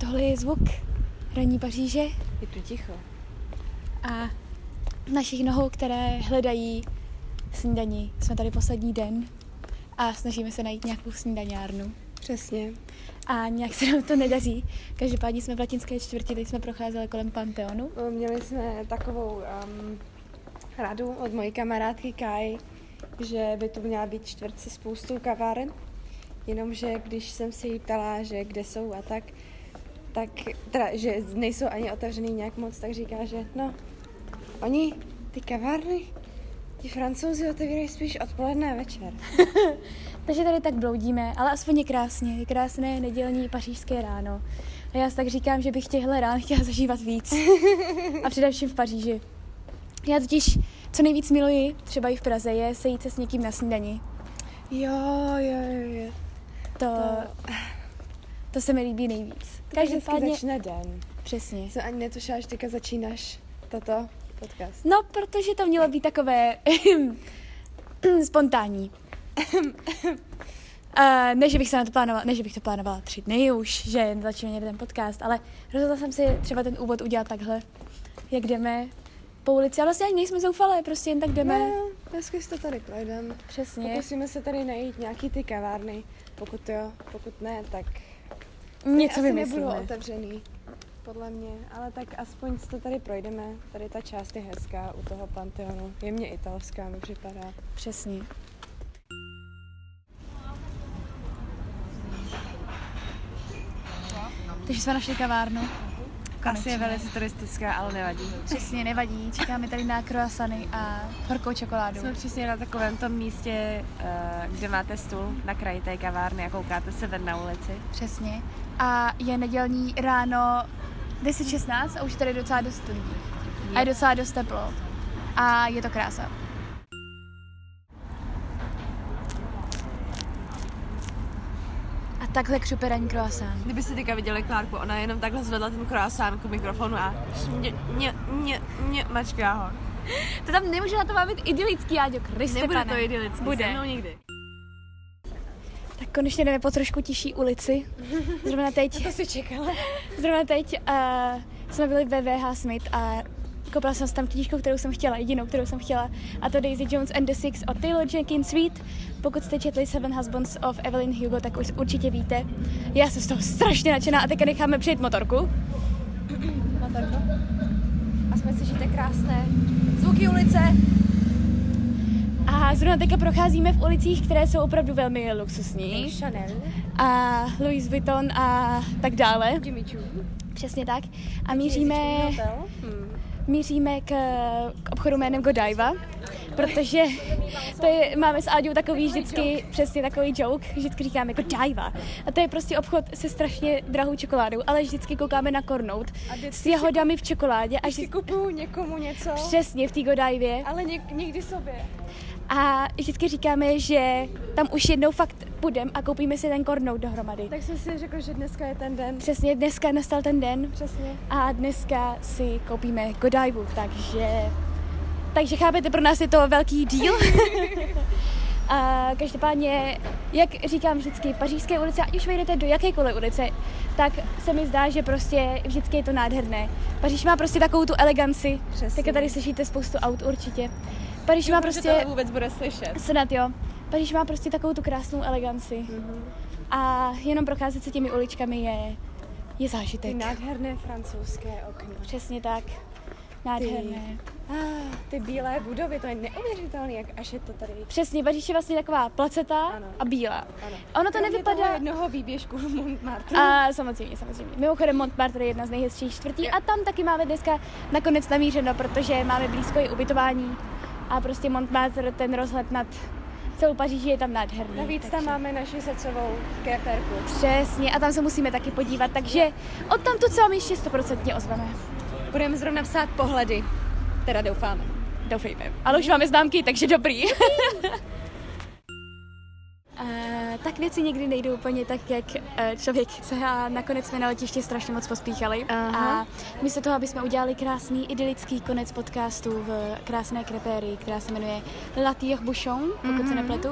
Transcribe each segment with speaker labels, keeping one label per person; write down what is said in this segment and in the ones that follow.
Speaker 1: Tohle je zvuk ranní Paříže
Speaker 2: Je tu ticho.
Speaker 1: a našich nohou, které hledají snídaní. Jsme tady poslední den a snažíme se najít nějakou snídaňárnu.
Speaker 2: Přesně.
Speaker 1: A nějak se nám to nedaří. Každopádně jsme v latinské čtvrti, teď jsme procházeli kolem Panteonu.
Speaker 2: Měli jsme takovou um, radu od mojí kamarádky Kai, že by tu měla být čtvrt se spoustou kaváren, jenomže když jsem se jí ptala, že kde jsou a tak, tak teda, že nejsou ani otevřený nějak moc, tak říká, že no, oni, ty kavárny, ti francouzi otevírají spíš odpoledne a večer.
Speaker 1: Takže tady tak bloudíme, ale aspoň je krásně. Je krásné nedělní pařížské ráno. A já si tak říkám, že bych těchto rán chtěla zažívat víc. A především v Paříži. Já totiž, co nejvíc miluji, třeba i v Praze, je sejít se s někým na snídani.
Speaker 2: Jo, jo, jo, jo.
Speaker 1: To,
Speaker 2: To-
Speaker 1: to se mi líbí nejvíc.
Speaker 2: Každopádně...
Speaker 1: Každopádně,
Speaker 2: začne den.
Speaker 1: přesně.
Speaker 2: Jsem ani netušila, že teďka začínáš tato podcast.
Speaker 1: No, protože to mělo být takové spontánní. Uh, ne, že bych se na to plánovala, ne, že bych to plánovala tři dny už, že začneme někde ten podcast, ale rozhodla jsem si třeba ten úvod udělat takhle, jak jdeme po ulici. A vlastně ani nejsme zoufalé, prostě jen tak jdeme.
Speaker 2: No, prostě jo, dneska si to tady projdeme.
Speaker 1: Přesně.
Speaker 2: Pokusíme se tady najít nějaký ty kavárny. Pokud jo, pokud ne, tak
Speaker 1: Něco
Speaker 2: asi nebudou
Speaker 1: vymyslíme.
Speaker 2: otevřený, podle mě. Ale tak aspoň si to tady projdeme. Tady ta část je hezká u toho Panteonu. Je mě italská, mi připadá.
Speaker 1: Přesně. Takže jsme našli kavárnu. Konečně.
Speaker 2: velice turistická, ale nevadí.
Speaker 1: Přesně, nevadí. Čekáme tady na croissany a horkou čokoládu.
Speaker 3: Jsme přesně na takovém tom místě, eh, kde máte stůl na kraji té kavárny a koukáte se ven na ulici.
Speaker 1: Přesně. A je nedělní ráno 10.16 a už tady je docela dost lidí. A je docela dost teplo. A je to krása. A takhle křupe ranní croissant.
Speaker 3: Kdyby si teďka viděli Klárku, ona jenom takhle zvedla ten croissant k mikrofonu a mě, mě, mě, mě, mačká ho.
Speaker 1: To tam nemůže na to bavit idylický, Jáďo, Kriste
Speaker 3: Nebude to
Speaker 1: pane.
Speaker 3: idylické,
Speaker 1: Bude.
Speaker 3: se mnou nikdy.
Speaker 1: Tak konečně jdeme po trošku tiší ulici. Zrovna teď,
Speaker 2: To si čekala.
Speaker 1: zrovna teď uh, jsme byli ve VH Smith a koupila jsem si tam knížku, kterou jsem chtěla, jedinou, kterou jsem chtěla, a to Daisy Jones and the Six od Taylor Jenkins Reid. Pokud jste četli Seven Husbands of Evelyn Hugo, tak už určitě víte. Já jsem z toho strašně nadšená a teďka necháme přijet motorku.
Speaker 2: Motorko. Aspoň slyšíte krásné zvuky ulice.
Speaker 1: A zrovna teďka procházíme v ulicích, které jsou opravdu velmi luxusní.
Speaker 2: Chanel.
Speaker 1: A Louis Vuitton a tak dále.
Speaker 2: Jimmy Choo.
Speaker 1: Přesně tak. A míříme...
Speaker 2: Hmm.
Speaker 1: míříme k, k obchodu jménem Godiva, protože to je, máme s Áďou takový vždycky přesně takový joke, vždycky říkáme Godiva. A to je prostě obchod se strašně drahou čokoládou, ale vždycky koukáme na kornout
Speaker 2: A vždycky
Speaker 1: s
Speaker 2: si-
Speaker 1: jahodami v čokoládě a
Speaker 2: Až si
Speaker 1: vždycky,
Speaker 2: kupuju někomu něco,
Speaker 1: přesně v té Godivě.
Speaker 2: ale něk, někdy sobě.
Speaker 1: A vždycky říkáme, že tam už jednou fakt půjdeme a koupíme si ten kornout dohromady.
Speaker 2: Tak jsem si řekla, že dneska je ten den.
Speaker 1: Přesně dneska nastal ten den
Speaker 2: Přesně.
Speaker 1: a dneska si koupíme Godivu, takže... Takže chápete, pro nás je to velký díl. a každopádně, jak říkám vždycky, pařížské ulice, ať už vejdete do jakékoliv ulice, tak se mi zdá, že prostě vždycky je to nádherné. Paříž má prostě takovou tu eleganci.
Speaker 2: Přesně.
Speaker 1: Tak tady slyšíte spoustu aut určitě. Paříž má
Speaker 2: Prostě...
Speaker 1: prostě...
Speaker 2: Že tohle vůbec bude slyšet.
Speaker 1: Snad jo. Paříž má prostě takovou tu krásnou eleganci.
Speaker 2: Mhm.
Speaker 1: A jenom procházet se těmi uličkami je, je zážitek.
Speaker 2: Ty nádherné francouzské okno.
Speaker 1: Přesně tak. Nádherné.
Speaker 2: Ah, ty bílé budovy, to je neuvěřitelné, jak až je to tady.
Speaker 1: Přesně, Paříž je vlastně taková placetá
Speaker 2: Ano.
Speaker 1: a bílá.
Speaker 2: Ano.
Speaker 1: Ono to
Speaker 2: Kromě toho
Speaker 1: nevypadá...
Speaker 2: jednoho výběžku v Montmartre.
Speaker 1: A samozřejmě, samozřejmě. Mimochodem Montmartre je jedna z nejhezčích čtvrtí a tam taky máme dneska nakonec namířeno, protože máme blízko i ubytování a prostě Montmartre, ten rozhled nad celou Paříží je tam nádherný.
Speaker 2: Navíc tam
Speaker 1: takže-
Speaker 2: máme naši secovou kreperku.
Speaker 1: Přesně, a tam se musíme taky podívat, takže od tamtud se vám ještě stoprocentně ozveme.
Speaker 2: Budeme zrovna psát pohledy. Teda doufáme.
Speaker 1: Doufejme. Ale už máme známky, takže dobrý. Eh, tak věci někdy nejdou úplně tak, jak eh, člověk chce a nakonec jsme na letiště strašně moc pospíchali.
Speaker 2: Aha.
Speaker 1: A místo toho, aby jsme udělali krásný idylický konec Mhm. podcastu v krásné krepérii, která se jmenuje La Tire Bouchon, pokud se nepletu,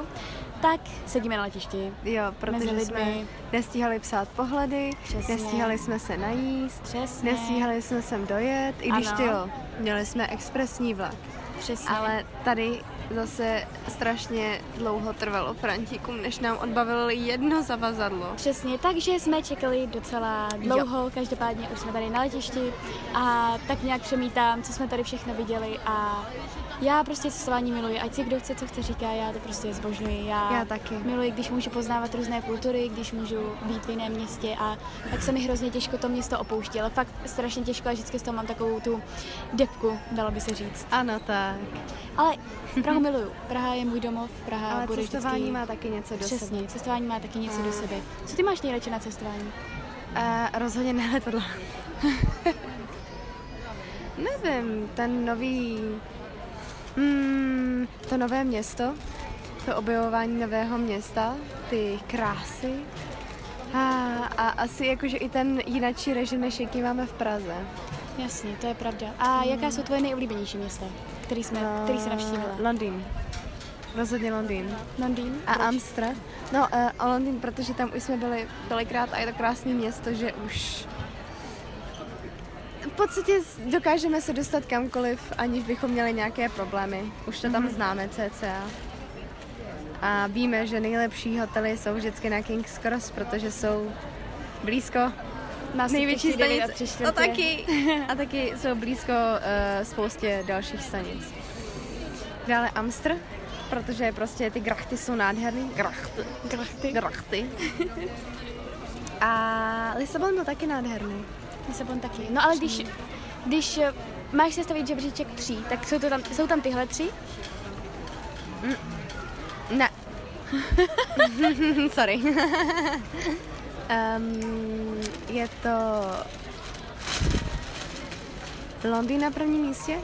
Speaker 1: tak sedíme na letišti.
Speaker 2: Jo, protože
Speaker 1: Mezi
Speaker 2: jsme
Speaker 1: lidmi.
Speaker 2: nestíhali psát pohledy,
Speaker 1: Přesně.
Speaker 2: nestíhali jsme se najíst,
Speaker 1: Přesně.
Speaker 2: nestíhali jsme sem dojet, i když
Speaker 1: Ano.
Speaker 2: ty jo, měli jsme expresní vlak.
Speaker 1: Přesně.
Speaker 2: Ale tady zase strašně dlouho trvalo Frantíkům, než nám odbavil jedno zavazadlo.
Speaker 1: Přesně, takže jsme čekali docela dlouho, jo. každopádně už jsme tady na letišti a tak nějak přemítám, co jsme tady všechno viděli a já prostě cestování miluji, ať si kdo chce, co chce říká, já to prostě zbožňuji. Já,
Speaker 2: Já taky.
Speaker 1: Miluji, když můžu poznávat různé kultury, když můžu být v jiném městě a tak se mi hrozně těžko to město opouští, ale fakt strašně těžko a vždycky z toho mám takovou tu depku, dalo by se říct.
Speaker 2: Ano, tak.
Speaker 1: Ale Prahu miluju, Praha je můj domov, Praha
Speaker 2: Ale
Speaker 1: bude
Speaker 2: cestování
Speaker 1: vždycky...
Speaker 2: má taky něco do sebe.
Speaker 1: Přesně, cestování má taky něco do sebe. Co ty máš nejradši na cestování?
Speaker 2: A rozhodně ne letadla. Nevím, ten nový... Mm, to nové město, to objevování nového města, ty krásy. A, a asi jakože i ten jinačí režim, než jaký máme v Praze.
Speaker 1: Jasně, to je pravda. A jaká jsou tvoje nejoblíbenější města, který, jsme, který jsi
Speaker 2: Eh,
Speaker 1: navštívila?
Speaker 2: Londýn. Rozhodně Londýn.
Speaker 1: Eh, Londýn?
Speaker 2: A Amstra. No, eh, a Londýn, protože tam už jsme byli tolikrát a je to krásné město, že už v podstatě s- dokážeme se dostat kamkoliv, aniž bychom měli nějaké problémy. Už to tam známe cca. A víme, že nejlepší hotely jsou vždycky na King's Cross, protože jsou blízko
Speaker 1: Nás
Speaker 2: největší
Speaker 1: těch devět a tři
Speaker 2: stanic.
Speaker 1: čtvrtě.
Speaker 2: A taky, a taky jsou blízko uh, spoustě dalších stanic. Dále Amstr, protože prostě ty grachty jsou nádherný. Grachty.
Speaker 1: Grachty.
Speaker 2: No. Grachty. A Lisabon byl taky nádherný.
Speaker 1: Lisabon taky. No ale když, když eh, máš sestavit žebříček tří, tak jsou, to tam, jsou tam tyhle tři?
Speaker 2: Ne. Sorry. um, je to Londýn na prvním místě,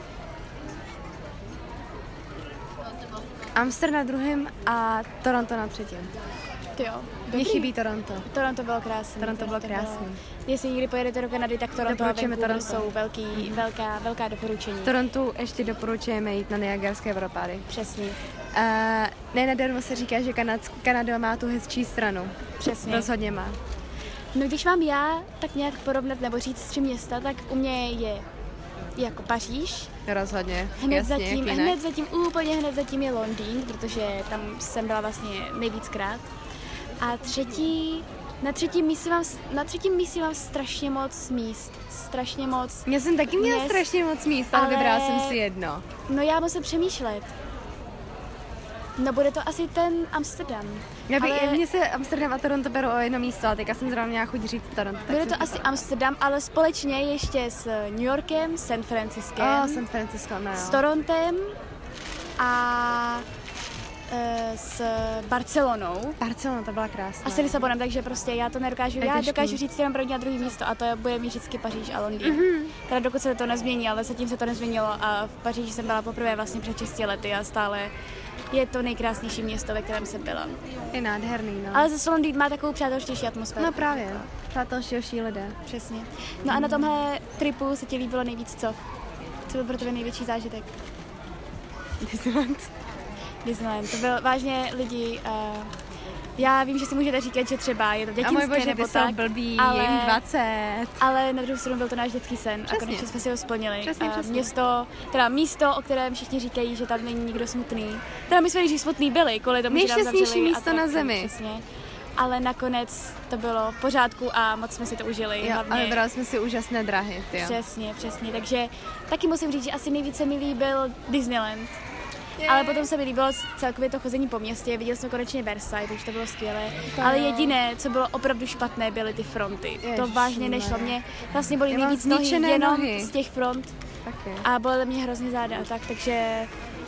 Speaker 2: Amsterdam na druhém a Toronto na třetím.
Speaker 1: Ty jo.
Speaker 2: Mně chybí Toronto.
Speaker 1: Toronto bylo krásné.
Speaker 2: Toronto bylo krásné.
Speaker 1: Jestli někdy pojedete do Kanady, tak Toronto Mhm. a
Speaker 2: Doporučujeme
Speaker 1: Vancouver
Speaker 2: Toronto.
Speaker 1: jsou velký, velká, velká doporučení.
Speaker 2: V Torontu ještě doporučujeme jít na Niagarské vodopády.
Speaker 1: Přesně,
Speaker 2: Uh, nenadarmo se říká, že Kanadsk- Kanada má tu hezčí stranu.
Speaker 1: přesně.
Speaker 2: Rozhodně má.
Speaker 1: No když mám já tak nějak porovnat nebo říct tři města, tak u mě je jako Paříž,
Speaker 2: Rozhodně.
Speaker 1: Hned
Speaker 2: Jasně,
Speaker 1: zatím,
Speaker 2: jak jinak.
Speaker 1: hned zatím, úplně hned zatím je Londýn, protože tam jsem byla vlastně nejvíckrát. A třetí, na třetím místě mám, s- na třetím místě mám strašně moc míst, strašně moc.
Speaker 2: Já jsem taky měla
Speaker 1: Dnes,
Speaker 2: strašně moc míst, ale,
Speaker 1: ale-
Speaker 2: vybrala jsem si jedno.
Speaker 1: No já musím přemýšlet. No bude to asi ten Amsterdam.
Speaker 2: Já by,
Speaker 1: ale
Speaker 2: ale... Mně se Amsterdam a Toronto berou o jedno místo, a teďka jsem zrovna měla chuť říct Toronto. tak
Speaker 1: bude
Speaker 2: jsem
Speaker 1: to asi Amsterdam, ale společně ještě s New Yorkem, San Franciskem,
Speaker 2: říkala- O, Ah, San Francisco, no jo.
Speaker 1: s Torontem a e, s Barcelonou.
Speaker 2: Barcelona, to byla krásná.
Speaker 1: A s Lisabonem, takže prostě já to nedokážu.
Speaker 2: Je
Speaker 1: Já
Speaker 2: těžký.
Speaker 1: dokážu říct jenom první a druhý místo a to je- bude mít vždycky Paříž a Londýn. Mm-hmm. Teda dokud se to nezmění, ale zatím se to nezměnilo a v Paříži jsem byla poprvé vlastně před 6 lety a stále je to nejkrásnější město, ve kterém jsem byla.
Speaker 2: Je nádherný, no.
Speaker 1: Ale zase Londýn má takovou přátelštější atmosféru.
Speaker 2: No právě, přátelštější lidé.
Speaker 1: přesně. No a na tomhle tripu se ti líbilo nejvíc co? Co byl pro tebe největší zážitek?
Speaker 2: Disneyland.
Speaker 1: Disneyland. To byl vážně lidi... Uh, já vím, že si můžete říkat, že třeba je to
Speaker 2: A
Speaker 1: dětinské
Speaker 2: můj bože,
Speaker 1: nebo
Speaker 2: ty
Speaker 1: tak,
Speaker 2: jsou blbý, ale...
Speaker 1: ale...
Speaker 2: jim 20.
Speaker 1: Ale na druhou stranu byl to náš dětský sen a
Speaker 2: Přesně.
Speaker 1: konečně jsme si ho splnili.
Speaker 2: Přesně,
Speaker 1: A
Speaker 2: přesně.
Speaker 1: Město, teda místo, o kterém všichni říkají, že tam není nikdo smutný. Teda my jsme nejdřív smutný byli, kvůli tomu, že nám
Speaker 2: Nejšťastnější
Speaker 1: zavřeli
Speaker 2: místo na
Speaker 1: atrakci,
Speaker 2: zemi.
Speaker 1: Přesně. Ale nakonec to bylo v pořádku a moc jsme si to užili.
Speaker 2: Jo,
Speaker 1: hlavně
Speaker 2: ale vybrali jsme si úžasné drahy, ty jo.
Speaker 1: Přesně, přesně. Takže taky musím říct, že asi nejvíce mi líbil Disneyland. Ale potom se mi líbilo celkově to chození po městě, viděl jsem konečně Versailles, takže to bylo skvělé. Ale jediné, co bylo opravdu špatné, byly ty fronty. to vážně nešlo
Speaker 2: Ježišmarja.
Speaker 1: mě. Vlastně byly
Speaker 2: Já mám
Speaker 1: nejvíc nohy
Speaker 2: zničené
Speaker 1: jenom
Speaker 2: nohy.
Speaker 1: z těch front
Speaker 2: Taky.
Speaker 1: a bolely mě hrozně záda a tak, takže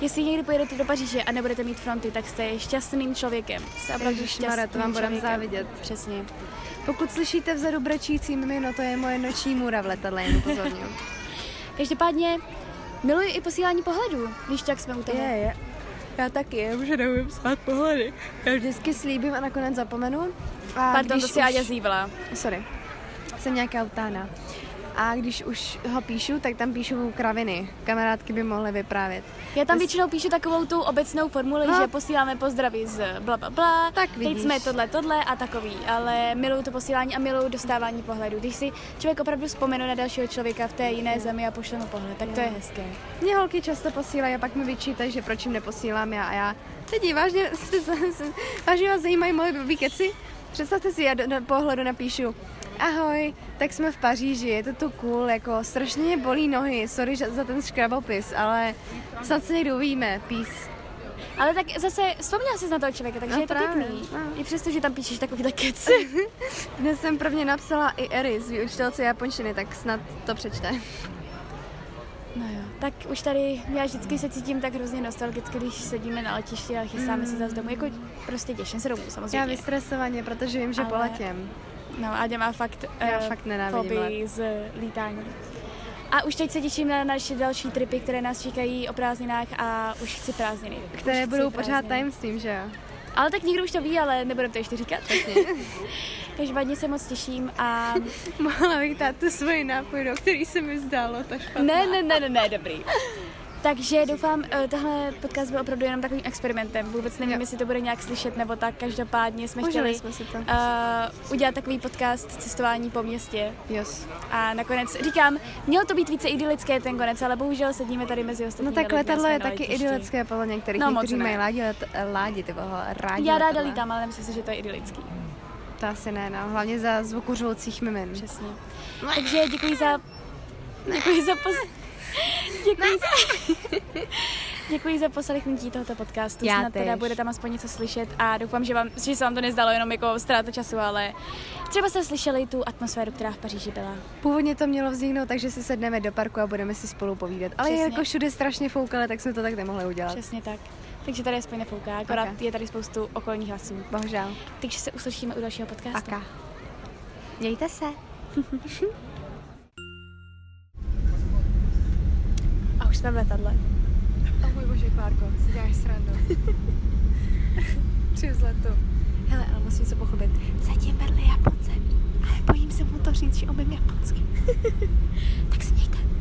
Speaker 1: jestli někdy pojedete do Paříže a nebudete mít fronty, tak jste šťastným člověkem. Jste opravdu
Speaker 2: Ježišmarja,
Speaker 1: šťastným
Speaker 2: to vám budem
Speaker 1: člověkem.
Speaker 2: závidět.
Speaker 1: Přesně.
Speaker 2: Pokud slyšíte vzadu brečící mimino, to je moje noční můra v letadle, jen upozorňuji.
Speaker 1: Každopádně miluji i posílání pohledů, když tak jsme u toho.
Speaker 2: je. Já taky, já už neumím spát pohledy. Já vždycky slíbím a nakonec zapomenu. A
Speaker 1: Pardon, to
Speaker 2: když
Speaker 1: si
Speaker 2: už...
Speaker 1: Aďa zývala.
Speaker 2: Sorry, jsem nějaká utána. A když už ho píšu, tak tam píšu kraviny. Kamarádky by mohly vyprávět.
Speaker 1: Já tam většinou píšu takovou tu obecnou formuli,
Speaker 2: No.
Speaker 1: že posíláme pozdraví z bla, bla, bla.
Speaker 2: Tak
Speaker 1: Teď
Speaker 2: vidíš.
Speaker 1: jsme tohle, tohle a takový, ale miluju to posílání a miluju dostávání pohledu. Když si člověk opravdu vzpomene na dalšího člověka v té jiné zemi a pošle mu pohled, tak to je hezké.
Speaker 2: Mě holky často posílají a pak mi vyčítají, že proč jim neposílám já a já. Lidi, vážně, vážně vás zajímají moje blbý keci? Představte si, já do, do pohledu napíšu Ahoj, tak jsme v Paříži, je to tu cool, jako strašně mě bolí nohy, sorry za za ten škrabopis, ale snad se někdy uvidíme, peace.
Speaker 1: Ale tak zase vzpomněla jsi na toho člověka, takže
Speaker 2: No
Speaker 1: je to
Speaker 2: právě,
Speaker 1: pěkný.
Speaker 2: no.
Speaker 1: I přesto, že tam píšeš takovýhle keci.
Speaker 2: Dnes jsem prvně napsala i Eris, výučitelce japonštiny, tak snad to přečte.
Speaker 1: No jo, tak už tady, já vždycky se cítím tak hrozně nostalgicky, když sedíme na letišti a chystáme se zase domů. Jako prostě těším se domů, samozřejmě.
Speaker 2: Já vystresovaně, protože vím, že
Speaker 1: Ale-
Speaker 2: poletím.
Speaker 1: No, Áďa má fakt,
Speaker 2: Já
Speaker 1: eh,
Speaker 2: fakt nenávidím
Speaker 1: fobii z eh, lítání. A už teď se těším na naše další tripy, které nás čekají o prázdninách a už chci prázdniny. Už
Speaker 2: Které
Speaker 1: chci
Speaker 2: budou pořád
Speaker 1: prázdniny.
Speaker 2: tajemstvím, že jo?
Speaker 1: Ale tak nikdo už to ví, ale nebudem to ještě říkat. Každopádně se moc těším a...
Speaker 2: Mohla bych dát tu svoji nápoj, do který se mi zdálo, ta špatná.
Speaker 1: Ne, ne, ne, ne, ne, dobrý. Takže doufám, eh, tahle podcast byl opravdu jenom takovým experimentem. Vůbec nevím,
Speaker 2: Jo.
Speaker 1: jestli to bude nějak slyšet nebo tak. Každopádně jsme
Speaker 2: Užili
Speaker 1: chtěli
Speaker 2: jsme si to.
Speaker 1: eh, udělat takový podcast cestování po městě.
Speaker 2: Yes.
Speaker 1: A nakonec říkám, mělo to být více idylické ten konec, ale bohužel sedíme tady mezi ostatními.
Speaker 2: No tak
Speaker 1: lidmi,
Speaker 2: letadlo
Speaker 1: jsme
Speaker 2: je
Speaker 1: na
Speaker 2: taky
Speaker 1: letišti.
Speaker 2: idylické podle některých.
Speaker 1: No, moc
Speaker 2: Někteří
Speaker 1: ne.
Speaker 2: mají ládi, let, ládi, ty vole, rádi
Speaker 1: Já ráda
Speaker 2: letadla.
Speaker 1: lítám, ale nemyslím si, že to je idylický.
Speaker 2: To asi ne, no. Hlavně za zvuku řvoucích mimin.
Speaker 1: Přesně. Takže děkuji za... Děkuji za pos... Děkuji za... Děkuji za poslechnutí tohoto podcastu.
Speaker 2: Já
Speaker 1: Snad teda
Speaker 2: též.
Speaker 1: bude tam aspoň něco slyšet a doufám, že, vám, že se vám to nezdalo jenom jako ztráta času, ale třeba jste slyšeli tu atmosféru, která v Paříži byla.
Speaker 2: Původně to mělo vzniknout, takže si sedneme do parku a budeme si spolu povídat. Ale
Speaker 1: Přesně.
Speaker 2: jako všude strašně foukale, tak jsme to tak nemohli udělat.
Speaker 1: Přesně tak. Takže tady aspoň nefouká, akorát
Speaker 2: Ok.
Speaker 1: je tady spoustu okolních hlasů.
Speaker 2: Bohužel.
Speaker 1: Takže se uslyšíme u dalšího podcastu.
Speaker 2: Aka. Mějte se.
Speaker 1: A už jsme v letadle.
Speaker 2: Oh můj bože, Klárko, si děláš srandu. Při vzletu. Hele, ale musím se pochlubit. Zatím vedle Japonce, ale bojím se mu to říct, že umím japonsky. tak se mějte.